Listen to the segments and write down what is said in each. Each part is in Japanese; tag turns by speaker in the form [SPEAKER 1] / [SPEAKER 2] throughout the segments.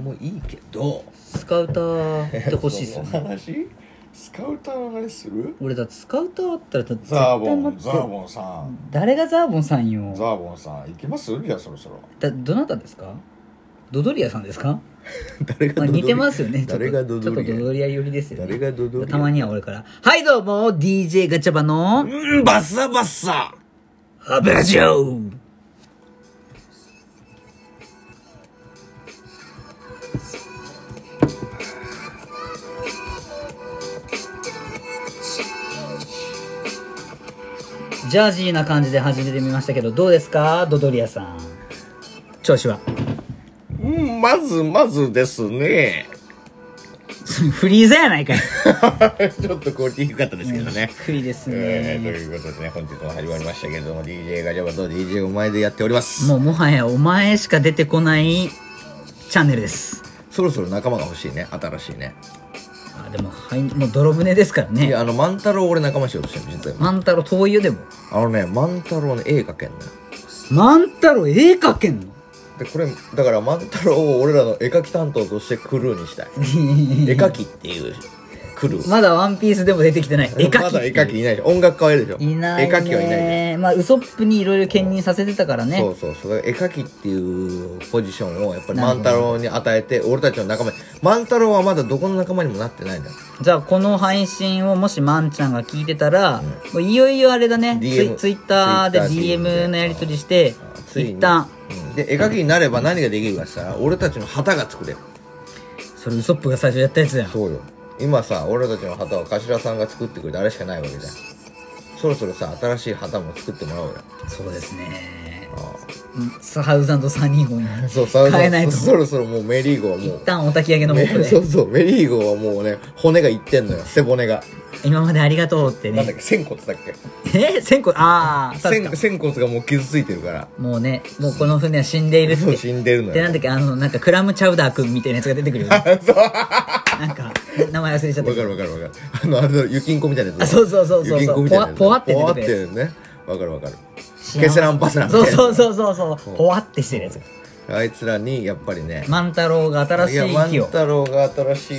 [SPEAKER 1] もいいけど
[SPEAKER 2] スカウターって欲しいっす よ
[SPEAKER 3] その
[SPEAKER 2] ね
[SPEAKER 3] 話スカウターの話する
[SPEAKER 2] 俺だってスカウターあったらだって絶
[SPEAKER 3] ザーボ
[SPEAKER 2] 対待
[SPEAKER 3] ン
[SPEAKER 2] って
[SPEAKER 3] ザーボンさん
[SPEAKER 2] 誰がザーボンさんよ
[SPEAKER 3] ザーボンさん行きますじゃあそろそろ
[SPEAKER 2] だどなたですかドドリアさんですか、
[SPEAKER 1] 誰が
[SPEAKER 2] まあ、似てますすよねちょっと
[SPEAKER 1] 誰がドドリア
[SPEAKER 2] ちょっとドドリア寄りですよね
[SPEAKER 1] 誰がドドリア
[SPEAKER 2] たまには俺から「はいどうも DJ ガチャバの
[SPEAKER 3] うんバッサバッサ
[SPEAKER 2] ハブラジオ」ジャージーな感じで始めてみましたけどどうですかドドリアさん調子は
[SPEAKER 3] うんまずまずですね
[SPEAKER 2] フリーザやない かい
[SPEAKER 3] ちょっとクオリティ低かったですけどね
[SPEAKER 2] 不利ですね、
[SPEAKER 3] えー、ということでね本日も始まりましたけれども DJ ガジャバと DJ お前でやっております
[SPEAKER 2] もうもはやお前しか出てこないチャンネルです
[SPEAKER 3] そろそろ仲間が欲しいね新しいね
[SPEAKER 2] あでもはいもう泥船ですから
[SPEAKER 3] い
[SPEAKER 2] ね
[SPEAKER 3] やあの万太郎俺仲間しようとしてる実は今
[SPEAKER 2] 万太郎遠いよでも
[SPEAKER 3] あのね万太郎の絵描けんのよ
[SPEAKER 2] 万太郎絵描けんの
[SPEAKER 3] でこれだから万太郎を俺らの絵描き担当としてクルーに したい絵描きっていうクルー、
[SPEAKER 2] まだワンピースでも出てきてない絵
[SPEAKER 3] ま
[SPEAKER 2] 描
[SPEAKER 3] だ絵
[SPEAKER 2] き
[SPEAKER 3] 描きいないでしょ音楽家はいるでしょ
[SPEAKER 2] いない、ね、
[SPEAKER 3] 絵描きはいないで
[SPEAKER 2] まあウソップにいろいろ兼任させてたからね
[SPEAKER 3] そうそうそうだから絵描きっていうポジションをやっぱり
[SPEAKER 2] な
[SPEAKER 3] 万
[SPEAKER 2] るほ
[SPEAKER 3] 太郎に与えて俺たちの仲間に万太郎はまだどこの仲間にもなってないんだよ
[SPEAKER 2] じゃあこの配信をもしまんちゃんが聞いてたら、もういよいよあれだねツ
[SPEAKER 3] DM
[SPEAKER 2] イツイッターで
[SPEAKER 3] DM
[SPEAKER 2] DM のやり取りして
[SPEAKER 3] ついに
[SPEAKER 2] 一旦
[SPEAKER 3] うんで絵描きになれば何ができるかって言ったら俺たちの旗が作れる
[SPEAKER 2] それウソップが最初やったやつや ん
[SPEAKER 3] そうよ今さ俺たちの旗は頭さんが作ってくれてあれしかないわけじゃんそろそろさ新しい旗も作ってもらおうよ
[SPEAKER 2] そうですね
[SPEAKER 3] あ
[SPEAKER 2] サハウザンドサニー号に
[SPEAKER 3] あ そうさ
[SPEAKER 2] 変えないと
[SPEAKER 3] そろそろもうメリーゴーはも
[SPEAKER 2] 一旦お焚き上げの
[SPEAKER 3] う
[SPEAKER 2] 方
[SPEAKER 3] メ
[SPEAKER 2] 向
[SPEAKER 3] そう
[SPEAKER 2] で
[SPEAKER 3] そうメリーゴーはもうね骨がいってんのよ背骨が
[SPEAKER 2] 今までありがとうって
[SPEAKER 3] なんだっ
[SPEAKER 2] ね
[SPEAKER 3] け仙骨だっけ
[SPEAKER 2] え 千個ああ確
[SPEAKER 3] 仙
[SPEAKER 2] か
[SPEAKER 3] 仙骨がもう傷ついてるから
[SPEAKER 2] もうねもうこの船は死んでいるっ
[SPEAKER 3] そう
[SPEAKER 2] て
[SPEAKER 3] 死んでるの
[SPEAKER 2] でなん
[SPEAKER 3] よ
[SPEAKER 2] だっけあのなんかクラムチャウダーくんみたいなやつが出てくる よね
[SPEAKER 3] そうわ
[SPEAKER 2] なんか名前忘れちゃった
[SPEAKER 3] か
[SPEAKER 2] けど
[SPEAKER 3] るわかるわかるあのあれだろゆきんこみたいなやつ
[SPEAKER 2] あそうそうそうそう
[SPEAKER 3] ゆきんこみたいなやつ
[SPEAKER 2] ぽわぽわ
[SPEAKER 3] ぽわっ
[SPEAKER 2] って出てくるやつ
[SPEAKER 3] てねわかるわかるケセランパセランみたい
[SPEAKER 2] そう
[SPEAKER 3] な
[SPEAKER 2] そうそうそうそうほわってしてるやつ
[SPEAKER 3] あいつらにやっぱりね
[SPEAKER 2] 万太郎が新し
[SPEAKER 3] いや
[SPEAKER 2] い
[SPEAKER 3] 万
[SPEAKER 2] 息を
[SPEAKER 3] 太郎が新しい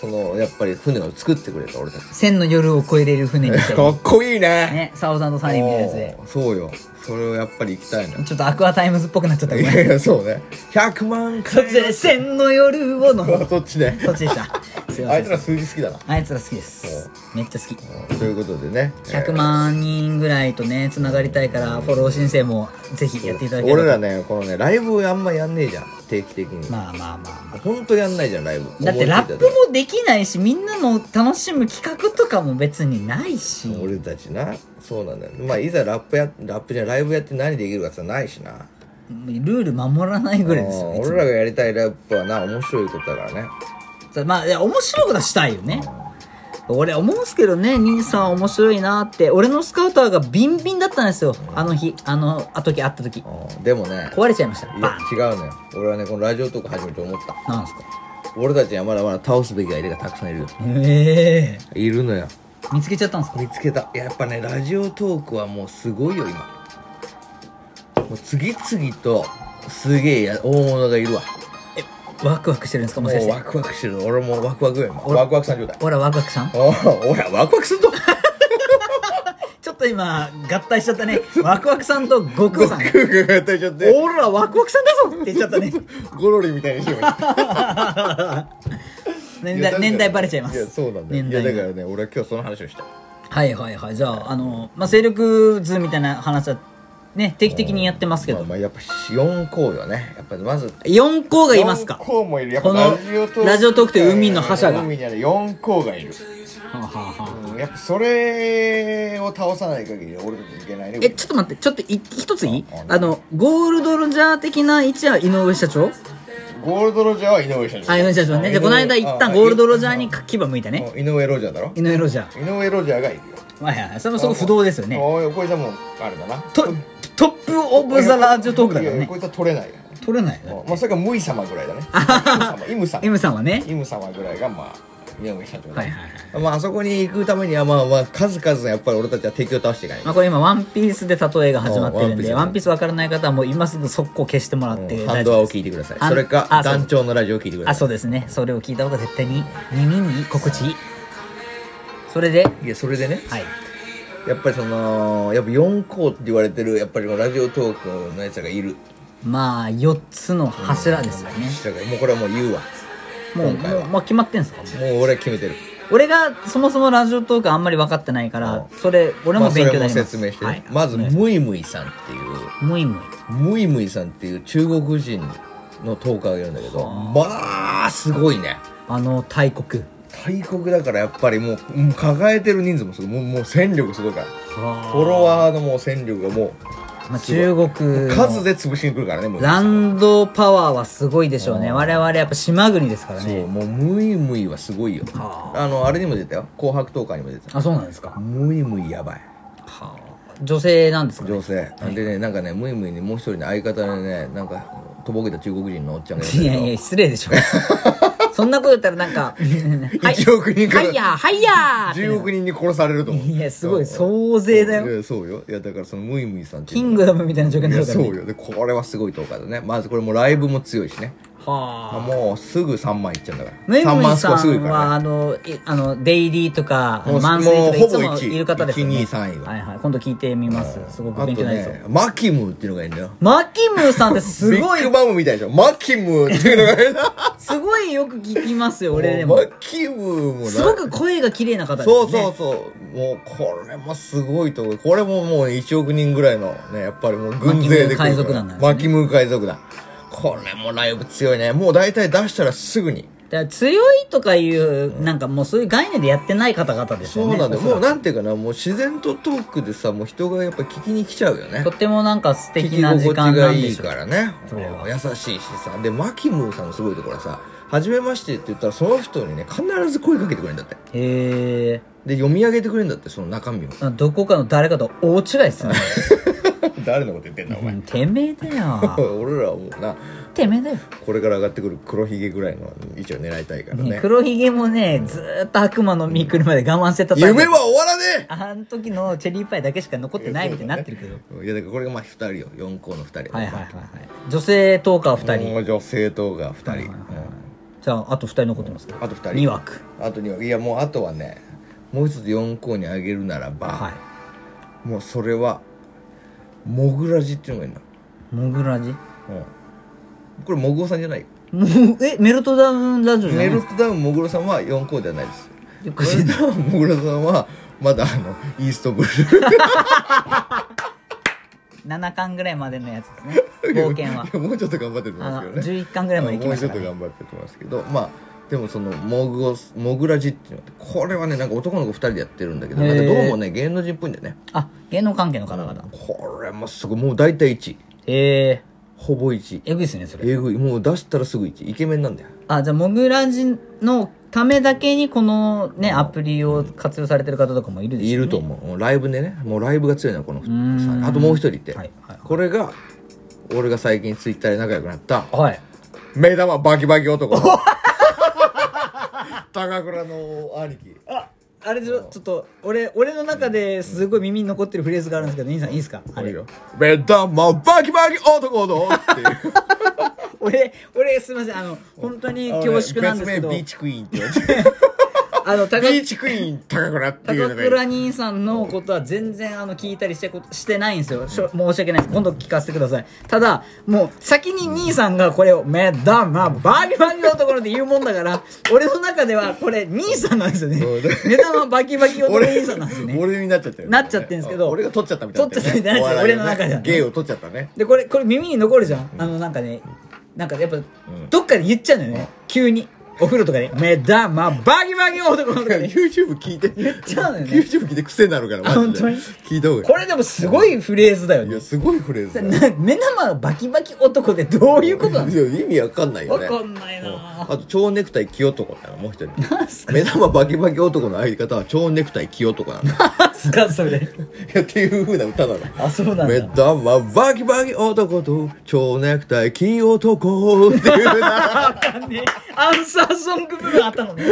[SPEAKER 3] そのやっぱり船を作ってくれた俺たち
[SPEAKER 2] 千の夜を越えれる船み たい
[SPEAKER 3] か
[SPEAKER 2] な
[SPEAKER 3] っこいいね
[SPEAKER 2] ねサハウザンドサニーみたいなやつで
[SPEAKER 3] おーそうよそれをやっぱり行き たいのよ
[SPEAKER 2] ちょっとアクアタイムズっぽくなっちゃったご
[SPEAKER 3] い
[SPEAKER 2] めん
[SPEAKER 3] やいやそうね100万
[SPEAKER 2] そっ
[SPEAKER 3] 回
[SPEAKER 2] ちで千の夜をの
[SPEAKER 3] あそっちね
[SPEAKER 2] そっちでした。すいま
[SPEAKER 3] あ
[SPEAKER 2] せ
[SPEAKER 3] いつ
[SPEAKER 2] ん。
[SPEAKER 3] ら数字好きだな
[SPEAKER 2] あいつら好きです。めっちゃ好き。
[SPEAKER 3] うんということでね
[SPEAKER 2] 100万人ぐらいとね、つながりたいから、フォロー申請もぜひやっていただければ
[SPEAKER 3] 俺らねこのねライブをあんまやんねえじゃん定期的に、
[SPEAKER 2] まあまあまあま
[SPEAKER 3] ほんとやんないじゃんライブ
[SPEAKER 2] あ。だってラップもできないし、みんなの楽しむ企画とかも別にないし。
[SPEAKER 3] 俺たちなそうなんだよまあいざラップやラップじゃないライブやって何できるかさないしな
[SPEAKER 2] ルール守らないぐらいですよ。
[SPEAKER 3] う
[SPEAKER 2] い
[SPEAKER 3] ん
[SPEAKER 2] つ
[SPEAKER 3] 俺
[SPEAKER 2] も
[SPEAKER 3] らがやりたいラップはな面白いことだからね
[SPEAKER 2] そうまあ、いや、面白いことはしたいよね。俺思うんすけどね、兄さん面白いなって。俺のスカウターがビンビンだったんですよ。あの日、あの、あ時、会った時。
[SPEAKER 3] うんでもね
[SPEAKER 2] 壊れちゃいました。
[SPEAKER 3] い
[SPEAKER 2] バ
[SPEAKER 3] や
[SPEAKER 2] ーン。
[SPEAKER 3] 違うのよ俺はねこのラジオトーク始めて思った
[SPEAKER 2] なんですか
[SPEAKER 3] 俺たちにはまだまだ倒すべき相手がたくさんいるよ
[SPEAKER 2] ええ
[SPEAKER 3] いるのよ
[SPEAKER 2] 見つけちゃったんですか
[SPEAKER 3] 見つけたやっぱねラジオトークはもうすごいよ今もう次々とすげえや大物がいるわ
[SPEAKER 2] ワクワクしてるんですかも
[SPEAKER 3] も
[SPEAKER 2] しかし
[SPEAKER 3] う
[SPEAKER 2] て
[SPEAKER 3] ワクワクしてる俺もワクワクよ今
[SPEAKER 2] 俺
[SPEAKER 3] ワクワクさん状態
[SPEAKER 2] ほらワクワクさん
[SPEAKER 3] おおらワクワクすると
[SPEAKER 2] ちょっと今合体しちゃったねワクワクさんと悟空さん
[SPEAKER 3] グーグーグーやってちゃっ
[SPEAKER 2] オ
[SPEAKER 3] て
[SPEAKER 2] ーロラワクワクさんだぞって言っちゃったね
[SPEAKER 3] ゴロリみたいにしてもいい
[SPEAKER 2] 年
[SPEAKER 3] いやだから
[SPEAKER 2] 代年代バレちゃいま
[SPEAKER 3] いや
[SPEAKER 2] す
[SPEAKER 3] そうなんだよ
[SPEAKER 2] 年
[SPEAKER 3] いや
[SPEAKER 2] 代が
[SPEAKER 3] だからね俺は今日その話をした
[SPEAKER 2] はいはいはいじゃああの、まあ、勢力図みたいな話はね定期的にやってますけ
[SPEAKER 3] まあ
[SPEAKER 2] ど、
[SPEAKER 3] まあやっぱ4校よねやっぱりまず
[SPEAKER 2] 四校がいますか
[SPEAKER 3] 4校もいるやっ
[SPEAKER 2] こ
[SPEAKER 3] ぱラ
[SPEAKER 2] の
[SPEAKER 3] ジオトーク
[SPEAKER 2] ラジオトークという海の覇者が
[SPEAKER 3] 海にある4校がいる
[SPEAKER 2] はあはあはあ
[SPEAKER 3] うんやっぱそれを倒さない限り俺たちいけないね
[SPEAKER 2] えちょっと待ってちょっとい一ついい
[SPEAKER 3] あ
[SPEAKER 2] あのゴールドロジャー的な位置は井上社長
[SPEAKER 3] ゴールドロジャーは井上社長
[SPEAKER 2] あ井上社長ねじゃあこの間一旦ゴールドロジャーに牙向いたね
[SPEAKER 3] うん井上ロジャーだろ
[SPEAKER 2] 井上ロジャー
[SPEAKER 3] 井上ロジャーがいるよ
[SPEAKER 2] はいはいそれもそこ不動ですよね
[SPEAKER 3] おいこいつはもうあれだな
[SPEAKER 2] トトップオブザラジオトークだから
[SPEAKER 3] いや
[SPEAKER 2] ね
[SPEAKER 3] こいつは取れないよ
[SPEAKER 2] 取れないよ
[SPEAKER 3] うんまあそれがムイ様ぐらいだねイム様イム様
[SPEAKER 2] ムさんはね
[SPEAKER 3] イム様ぐらいがまあ井上社長ね
[SPEAKER 2] はいはいはい。
[SPEAKER 3] まああそこに行くためにはまあまあ数々やっぱり俺たちは敵を倒していかないと
[SPEAKER 2] まあこれ今、ワンピースで例えが始まってるんで、
[SPEAKER 3] お
[SPEAKER 2] ワ
[SPEAKER 3] ワ
[SPEAKER 2] ン
[SPEAKER 3] ン
[SPEAKER 2] ピ
[SPEAKER 3] ピ
[SPEAKER 2] ースわからない方はもう今すぐ速攻消してもらって
[SPEAKER 3] ハ
[SPEAKER 2] 大
[SPEAKER 3] ンドア
[SPEAKER 2] 丈夫
[SPEAKER 3] を
[SPEAKER 2] です。
[SPEAKER 3] 聞いてください
[SPEAKER 2] あ
[SPEAKER 3] それか
[SPEAKER 2] あそう
[SPEAKER 3] 団長のラジオを聞いてくだ
[SPEAKER 2] あ、
[SPEAKER 3] さ
[SPEAKER 2] そうですね。それを聞いた方が絶対に耳に心地いい。それで、
[SPEAKER 3] いいやそれでね
[SPEAKER 2] はい。
[SPEAKER 3] やっぱりそのやっぱ4校って言われてるやっぱりこのラジオトークのやつらがいる
[SPEAKER 2] まあ、4つの柱ですよね。
[SPEAKER 3] だからもうこれはもう言うわ
[SPEAKER 2] もう、
[SPEAKER 3] 今回
[SPEAKER 2] も
[SPEAKER 3] は
[SPEAKER 2] う、もう決まってんすか
[SPEAKER 3] もう俺は決めてる
[SPEAKER 2] 俺がそもそもラジオトークあんまり分かってないから、それ、俺
[SPEAKER 3] ま
[SPEAKER 2] も
[SPEAKER 3] あそ
[SPEAKER 2] 勉
[SPEAKER 3] れ
[SPEAKER 2] 強にな
[SPEAKER 3] も
[SPEAKER 2] りま
[SPEAKER 3] 説
[SPEAKER 2] す。
[SPEAKER 3] 明してね、
[SPEAKER 2] はい
[SPEAKER 3] まず
[SPEAKER 2] お願いし
[SPEAKER 3] ムイムイさんっていう
[SPEAKER 2] すむいむい。
[SPEAKER 3] ムイムイさんっていう中国人のトーカーがいるんだけどまあすごいね
[SPEAKER 2] あの、大国。
[SPEAKER 3] 大国だからやっぱりもうもう抱えてる人数もすごいもうもう戦力すごいからフォロワーのもう戦力がも
[SPEAKER 2] まあ、中国
[SPEAKER 3] う
[SPEAKER 2] の
[SPEAKER 3] 数で潰しに来るからねもう
[SPEAKER 2] ランドパワーはすごいでしょうね。我々やっぱ島国ですから
[SPEAKER 3] そう
[SPEAKER 2] ね。
[SPEAKER 3] もうムイムイはすごいよ
[SPEAKER 2] は
[SPEAKER 3] あのあれにも出たよ紅白トーカーにも出た
[SPEAKER 2] あ、そうなんですか。
[SPEAKER 3] ムイムイやばい
[SPEAKER 2] はあ、女性なんですかね
[SPEAKER 3] 女性、でねなんかねムイムイにもう一人の相方でねなんかとぼけた中国人のおっちゃんがいるんだ
[SPEAKER 2] い
[SPEAKER 3] け
[SPEAKER 2] や
[SPEAKER 3] ど
[SPEAKER 2] いや、失礼でしょ。 そんなこと言ったらなんか、はい
[SPEAKER 3] 1億人から
[SPEAKER 2] はいやーはいやー
[SPEAKER 3] 10億人に殺されると思う
[SPEAKER 2] いや、すごい、総勢だよ。
[SPEAKER 3] いやそうよいやだからそのムイムイさんっていう
[SPEAKER 2] キ
[SPEAKER 3] の
[SPEAKER 2] ングダムみたいな状況に
[SPEAKER 3] い
[SPEAKER 2] な
[SPEAKER 3] や
[SPEAKER 2] るから、
[SPEAKER 3] そ
[SPEAKER 2] ね。
[SPEAKER 3] うよでこれはすごいトーカーだねまずこれもうライブも強いしねあ
[SPEAKER 2] はあ。
[SPEAKER 3] もうすぐ3万いっちゃうんだから
[SPEAKER 2] ムイ
[SPEAKER 3] 3
[SPEAKER 2] ムイ
[SPEAKER 3] 万ス
[SPEAKER 2] さ
[SPEAKER 3] コすぐい
[SPEAKER 2] ん
[SPEAKER 3] く
[SPEAKER 2] は、
[SPEAKER 3] から
[SPEAKER 2] あ
[SPEAKER 3] ね
[SPEAKER 2] の、いあの、デイリーとか、あの
[SPEAKER 3] もう
[SPEAKER 2] マンスリーとか、
[SPEAKER 3] もう
[SPEAKER 2] い
[SPEAKER 3] ほぼ
[SPEAKER 2] つ
[SPEAKER 3] 一
[SPEAKER 2] も
[SPEAKER 3] 位
[SPEAKER 2] いる方ですよね。
[SPEAKER 3] 一二三位は
[SPEAKER 2] はいはい。今度聞いてみます。すごく
[SPEAKER 3] あ
[SPEAKER 2] 勉強
[SPEAKER 3] と
[SPEAKER 2] になりそう。
[SPEAKER 3] ねマキムーっていうのがいるんだよ
[SPEAKER 2] マキムーさんってすごい
[SPEAKER 3] ビッグマムみたいでしょマキムーっていうのがいる な
[SPEAKER 2] すごいよく聞きますよ、俺で
[SPEAKER 3] も
[SPEAKER 2] も
[SPEAKER 3] う。マキムーもな
[SPEAKER 2] すごく声が綺麗な方ですね。
[SPEAKER 3] そうそうそうもうこれもすごいと思うこれももう1億人ぐらいのねやっぱりもう軍勢で来るから
[SPEAKER 2] マキムー海賊団なんですね
[SPEAKER 3] マキムー海賊団これもライブ強いねもう大体出したらすぐに
[SPEAKER 2] だから強いとかいう、なんかもうそういう概念でやってない方々です
[SPEAKER 3] そ
[SPEAKER 2] よね。
[SPEAKER 3] うなんだよ
[SPEAKER 2] おそら
[SPEAKER 3] も
[SPEAKER 2] く
[SPEAKER 3] うなんていうかなもう自然とトークでさもう人がやっぱ聞きに来ちゃうよね
[SPEAKER 2] とってもなんか素
[SPEAKER 3] 聞
[SPEAKER 2] 敵
[SPEAKER 3] き
[SPEAKER 2] な
[SPEAKER 3] 心
[SPEAKER 2] 時
[SPEAKER 3] 地
[SPEAKER 2] 間な
[SPEAKER 3] が
[SPEAKER 2] んで
[SPEAKER 3] いい
[SPEAKER 2] しょう
[SPEAKER 3] からね
[SPEAKER 2] それは
[SPEAKER 3] 優しいしさでマキムーさんのすごいところはさ「はじめまして」って言ったらその人にね必ず声かけてくれるんだって
[SPEAKER 2] へえ。
[SPEAKER 3] で読み上げてくれるんだってその中身を
[SPEAKER 2] どこかの誰かと大違いですね。
[SPEAKER 3] 誰のこと言ってんだお前
[SPEAKER 2] てめえだ よ。
[SPEAKER 3] 俺らはもうな
[SPEAKER 2] てめえだよ。こ
[SPEAKER 3] これから上がってくる黒ひげぐらいの位置を狙いたいから
[SPEAKER 2] ね
[SPEAKER 3] ね
[SPEAKER 2] 黒ひげもね、ずーっと悪魔の見くるまで我慢してたタイプ
[SPEAKER 3] 夢は終わらね
[SPEAKER 2] あの時のチェリーパイだけしか残ってないみたいになってるけど。
[SPEAKER 3] えいやだからこれがまあ2人よ4校の2人
[SPEAKER 2] はいはいはいはい。女性トーカー2人。
[SPEAKER 3] 人女性党が2人
[SPEAKER 2] じゃあ、あと2人残ってますか
[SPEAKER 3] あと2人
[SPEAKER 2] 2枠。
[SPEAKER 3] あと2枠いやもうあとはねもう一つ4校にあげるならば、
[SPEAKER 2] はい。
[SPEAKER 3] もうそれはモグラジっていうのがいいな、
[SPEAKER 2] モグラジ
[SPEAKER 3] うん、これモグオさんじゃないよ
[SPEAKER 2] もう、え、メルトダウンラジオじゃな
[SPEAKER 3] メ
[SPEAKER 2] い
[SPEAKER 3] ルトダウンモグロさんは4校ではないです
[SPEAKER 2] よく
[SPEAKER 3] メ
[SPEAKER 2] 知ら
[SPEAKER 3] ル
[SPEAKER 2] ない
[SPEAKER 3] トダウンモグロさんはまだあのイーストブルー
[SPEAKER 2] 7巻ぐらいまでのやつ ですね。冒険は。
[SPEAKER 3] いや もうちょっと頑張ってると思い
[SPEAKER 2] あ
[SPEAKER 3] ますけ
[SPEAKER 2] の、
[SPEAKER 3] どね
[SPEAKER 2] 11巻ぐらいまで行きました
[SPEAKER 3] も
[SPEAKER 2] か
[SPEAKER 3] うちょ
[SPEAKER 2] ら、
[SPEAKER 3] っと頑張ってきますけどまあでもそのモグオスモグラジっていうのがあってこれはねなんか男の子2人でやってるんだけど
[SPEAKER 2] へー
[SPEAKER 3] なんかどうもね芸能人っぽいんだよね
[SPEAKER 2] あ、芸能関係の方々。
[SPEAKER 3] これもすごいもう大体1
[SPEAKER 2] え
[SPEAKER 3] ほぼ1
[SPEAKER 2] ー、えぐいっすね、それ。
[SPEAKER 3] えぐいもう出したらすぐ1イケメンなんだよ
[SPEAKER 2] あ、じゃあ、モグラジのためだけに、このね、アプリを活用されてる方とかもいるでしょ
[SPEAKER 3] いると思う、ライブでねもうライブが強いなこの
[SPEAKER 2] ーん
[SPEAKER 3] 2人あともう一人いて、
[SPEAKER 2] はいはいはい
[SPEAKER 3] これが俺が最近ツイッターで仲良くなった
[SPEAKER 2] はい。
[SPEAKER 3] 目玉バキバキ男 高倉の兄貴
[SPEAKER 2] あ、あれでしょ、ちょっと、俺、俺の中ですごい耳に残ってるフレーズがあるんですけど、兄さんいいですかあ
[SPEAKER 3] これ
[SPEAKER 2] れ。
[SPEAKER 3] よ目玉バキバキ男のっていう
[SPEAKER 2] 俺、俺、すいません、あの、本当に恐縮なんですけど
[SPEAKER 3] 別名、ビーチクイーンって言われて
[SPEAKER 2] あの、 高
[SPEAKER 3] ビーチクイーン高倉っていう
[SPEAKER 2] 高
[SPEAKER 3] のがいる
[SPEAKER 2] 倉兄さんのことは全然あの聞いたりしてことしてないんですよしょ申し訳ないです今度聞かせてくださいただもう先に兄さんがこれを「目玉バキバキのところで言うもんだから俺の中ではこれ兄さんなんですよね
[SPEAKER 3] そうね
[SPEAKER 2] 目玉バキバキ男兄さんなんですよ
[SPEAKER 3] 俺
[SPEAKER 2] ね
[SPEAKER 3] 俺になっちゃったよね
[SPEAKER 2] なっちゃってんすけど
[SPEAKER 3] 俺が取っちゃったみたいにな
[SPEAKER 2] 取っちゃったみたいになっちゃう俺の中ではね
[SPEAKER 3] 芸を取っちゃったね
[SPEAKER 2] でこれこれ耳に残るじゃんあのなんかねなんかやっぱどっかで言っちゃうのよね急にお風呂とかで「目玉バキバキ男」とか で
[SPEAKER 3] YouTube 聞いて言っ
[SPEAKER 2] ちゃうのよね
[SPEAKER 3] YouTube 聞いて癖になるからマジで
[SPEAKER 2] あ本当に
[SPEAKER 3] 聞いた方がい
[SPEAKER 2] これでもすごいフレーズだよ
[SPEAKER 3] いい
[SPEAKER 2] ね
[SPEAKER 3] やすごいフレーズだよ
[SPEAKER 2] な 目玉バキバキ男でどういうことなの
[SPEAKER 3] いや意味わかんないよ
[SPEAKER 2] わ
[SPEAKER 3] ね
[SPEAKER 2] かんないな
[SPEAKER 3] あと超ネクタイ 清男なのもう一人目玉バキバキ男の相方は超ネクタイ清男なの
[SPEAKER 2] ぁ。ですかそれ
[SPEAKER 3] いやっていう風な歌なの
[SPEAKER 2] あそうなん
[SPEAKER 3] 目
[SPEAKER 2] だ
[SPEAKER 3] 玉バキバキ男と蝶ネクタイ金男っていう風な
[SPEAKER 2] アンサーソング部分あったのね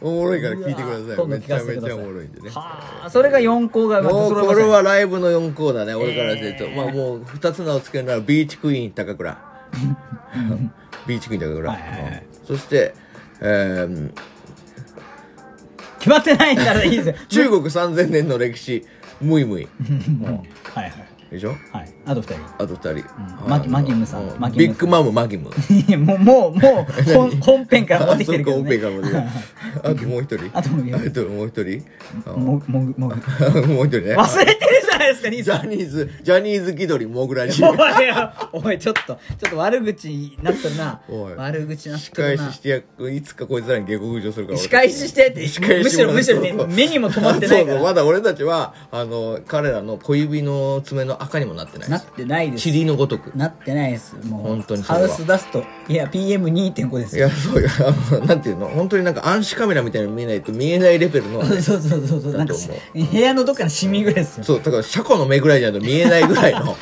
[SPEAKER 3] おもろいから聞いてください
[SPEAKER 2] 今度
[SPEAKER 3] め
[SPEAKER 2] 聞
[SPEAKER 3] ち
[SPEAKER 2] か
[SPEAKER 3] ゃ
[SPEAKER 2] せて
[SPEAKER 3] め
[SPEAKER 2] くだ
[SPEAKER 3] ち
[SPEAKER 2] さ
[SPEAKER 3] ゃ
[SPEAKER 2] い
[SPEAKER 3] おもろいんでね
[SPEAKER 2] はあそれが4校が
[SPEAKER 3] もう
[SPEAKER 2] それ
[SPEAKER 3] これ
[SPEAKER 2] は
[SPEAKER 3] はライブの4コーナーね俺からすると、まあもう2つのお付けならビーチクイーン高 倉ビーチクイーン高倉、
[SPEAKER 2] はいはいはい
[SPEAKER 3] うんそして、えー
[SPEAKER 2] 決まってないんだらいいです よ
[SPEAKER 3] 中国3000年の歴史ムイムイ
[SPEAKER 2] はいはい
[SPEAKER 3] でしょ
[SPEAKER 2] はいあと2人
[SPEAKER 3] あと2人、
[SPEAKER 2] マキマキムさん
[SPEAKER 3] う
[SPEAKER 2] マキ
[SPEAKER 3] ビ
[SPEAKER 2] ムさん
[SPEAKER 3] ッグマムマキム
[SPEAKER 2] いやもうもうもう本本編から持ってきてるけ
[SPEAKER 3] あそ
[SPEAKER 2] ど、
[SPEAKER 3] うかオペ
[SPEAKER 2] ね、
[SPEAKER 3] かもね あともう一人
[SPEAKER 2] あともう一人
[SPEAKER 3] あともう一人あ
[SPEAKER 2] もぐもぐもぐ
[SPEAKER 3] もう一人ね
[SPEAKER 2] 忘れてるじゃないですか兄
[SPEAKER 3] ジ
[SPEAKER 2] さ
[SPEAKER 3] ャ
[SPEAKER 2] ん
[SPEAKER 3] ニーズジャニーズ気取りもぐらに
[SPEAKER 2] おいよおいちょっとちょっと悪口になってるな
[SPEAKER 3] おい
[SPEAKER 2] 悪口なっ
[SPEAKER 3] 仕
[SPEAKER 2] てる
[SPEAKER 3] 返
[SPEAKER 2] な
[SPEAKER 3] ししてやいつかこいつらに下克上するから俺
[SPEAKER 2] 仕返ししてって
[SPEAKER 3] 仕返し
[SPEAKER 2] むしろむしろね
[SPEAKER 3] そうそう
[SPEAKER 2] 目にも留まってないから
[SPEAKER 3] そうそうまだ俺たちはあの彼らの小指の爪の赤にもなってない
[SPEAKER 2] な
[SPEAKER 3] で
[SPEAKER 2] っ
[SPEAKER 3] す
[SPEAKER 2] てないです
[SPEAKER 3] 塵のごとく
[SPEAKER 2] なってないですもう
[SPEAKER 3] 本当にそ
[SPEAKER 2] ハ
[SPEAKER 3] れは
[SPEAKER 2] ウスダストいや PM2.5 です
[SPEAKER 3] い
[SPEAKER 2] よ
[SPEAKER 3] やそういやあのなんていうの本当になんか暗視カメラみたいなの見えないと見えないレベルの
[SPEAKER 2] そうそうそうそうなんか
[SPEAKER 3] だと思
[SPEAKER 2] 部屋のどっかのシミぐらいですよ
[SPEAKER 3] そうだから車庫の目ぐらいじゃないと見えないぐらい の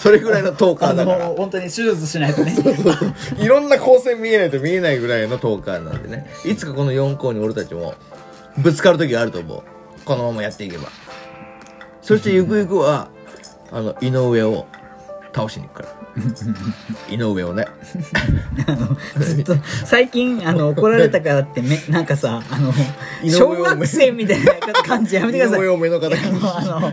[SPEAKER 3] それぐらいのトーカ
[SPEAKER 2] あ
[SPEAKER 3] ーだから
[SPEAKER 2] の本当に手術しないとね
[SPEAKER 3] いろんな光線見えないと見えないぐらいのトーカーなんでねいつかこの4校に俺たちもぶつかる時があると思うこのままやっていけばそしてゆくゆくはあの井上を倒しに行くから井上をね
[SPEAKER 2] ずっと最近あの怒られたからってめなんかさあの
[SPEAKER 3] 井上
[SPEAKER 2] 小
[SPEAKER 3] を
[SPEAKER 2] 学生みたいな感じやめてください
[SPEAKER 3] 井上を目の敵
[SPEAKER 2] あ のあの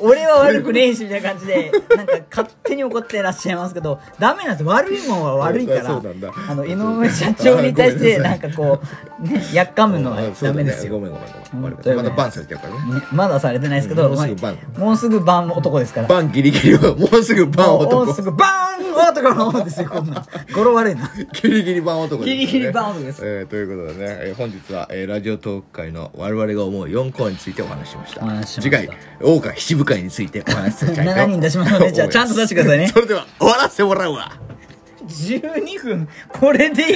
[SPEAKER 2] 俺は悪くねえしみたいな感じでなんか勝手に怒ってらっしゃいますけどダメなんです悪いもんは悪いから
[SPEAKER 3] そうなんだ
[SPEAKER 2] あの井上社長に対し
[SPEAKER 3] あ
[SPEAKER 2] て
[SPEAKER 3] ごめん
[SPEAKER 2] な
[SPEAKER 3] なん
[SPEAKER 2] かこうねやっかむのは
[SPEAKER 3] あそう
[SPEAKER 2] ダ
[SPEAKER 3] だね
[SPEAKER 2] メですよ
[SPEAKER 3] ごめんごめんごめん悪かっ
[SPEAKER 2] 本当
[SPEAKER 3] た
[SPEAKER 2] よ
[SPEAKER 3] ま
[SPEAKER 2] ね
[SPEAKER 3] だバンされてるからね
[SPEAKER 2] ねまだされてないですけど
[SPEAKER 3] もうすぐ
[SPEAKER 2] まあ
[SPEAKER 3] バ
[SPEAKER 2] もうすぐバン男ですから
[SPEAKER 3] バンギリギリをもうすぐバン
[SPEAKER 2] もう
[SPEAKER 3] 男
[SPEAKER 2] すぐバン男の方ですよこんなん語呂悪いな
[SPEAKER 3] ギリギリ版男です、ね。
[SPEAKER 2] ギリギリ版男です
[SPEAKER 3] えーということでね、えー本日は、えーラジオトーク会の我々が思う4項についてお話ししました。
[SPEAKER 2] お話ししました
[SPEAKER 3] 次回、大川七部会についてお話しさせていただきた
[SPEAKER 2] 7
[SPEAKER 3] い
[SPEAKER 2] 人出しますの でじゃあちゃんと出してくださいね
[SPEAKER 3] それでは、終わらせてもらうわ。
[SPEAKER 2] 12分これでいい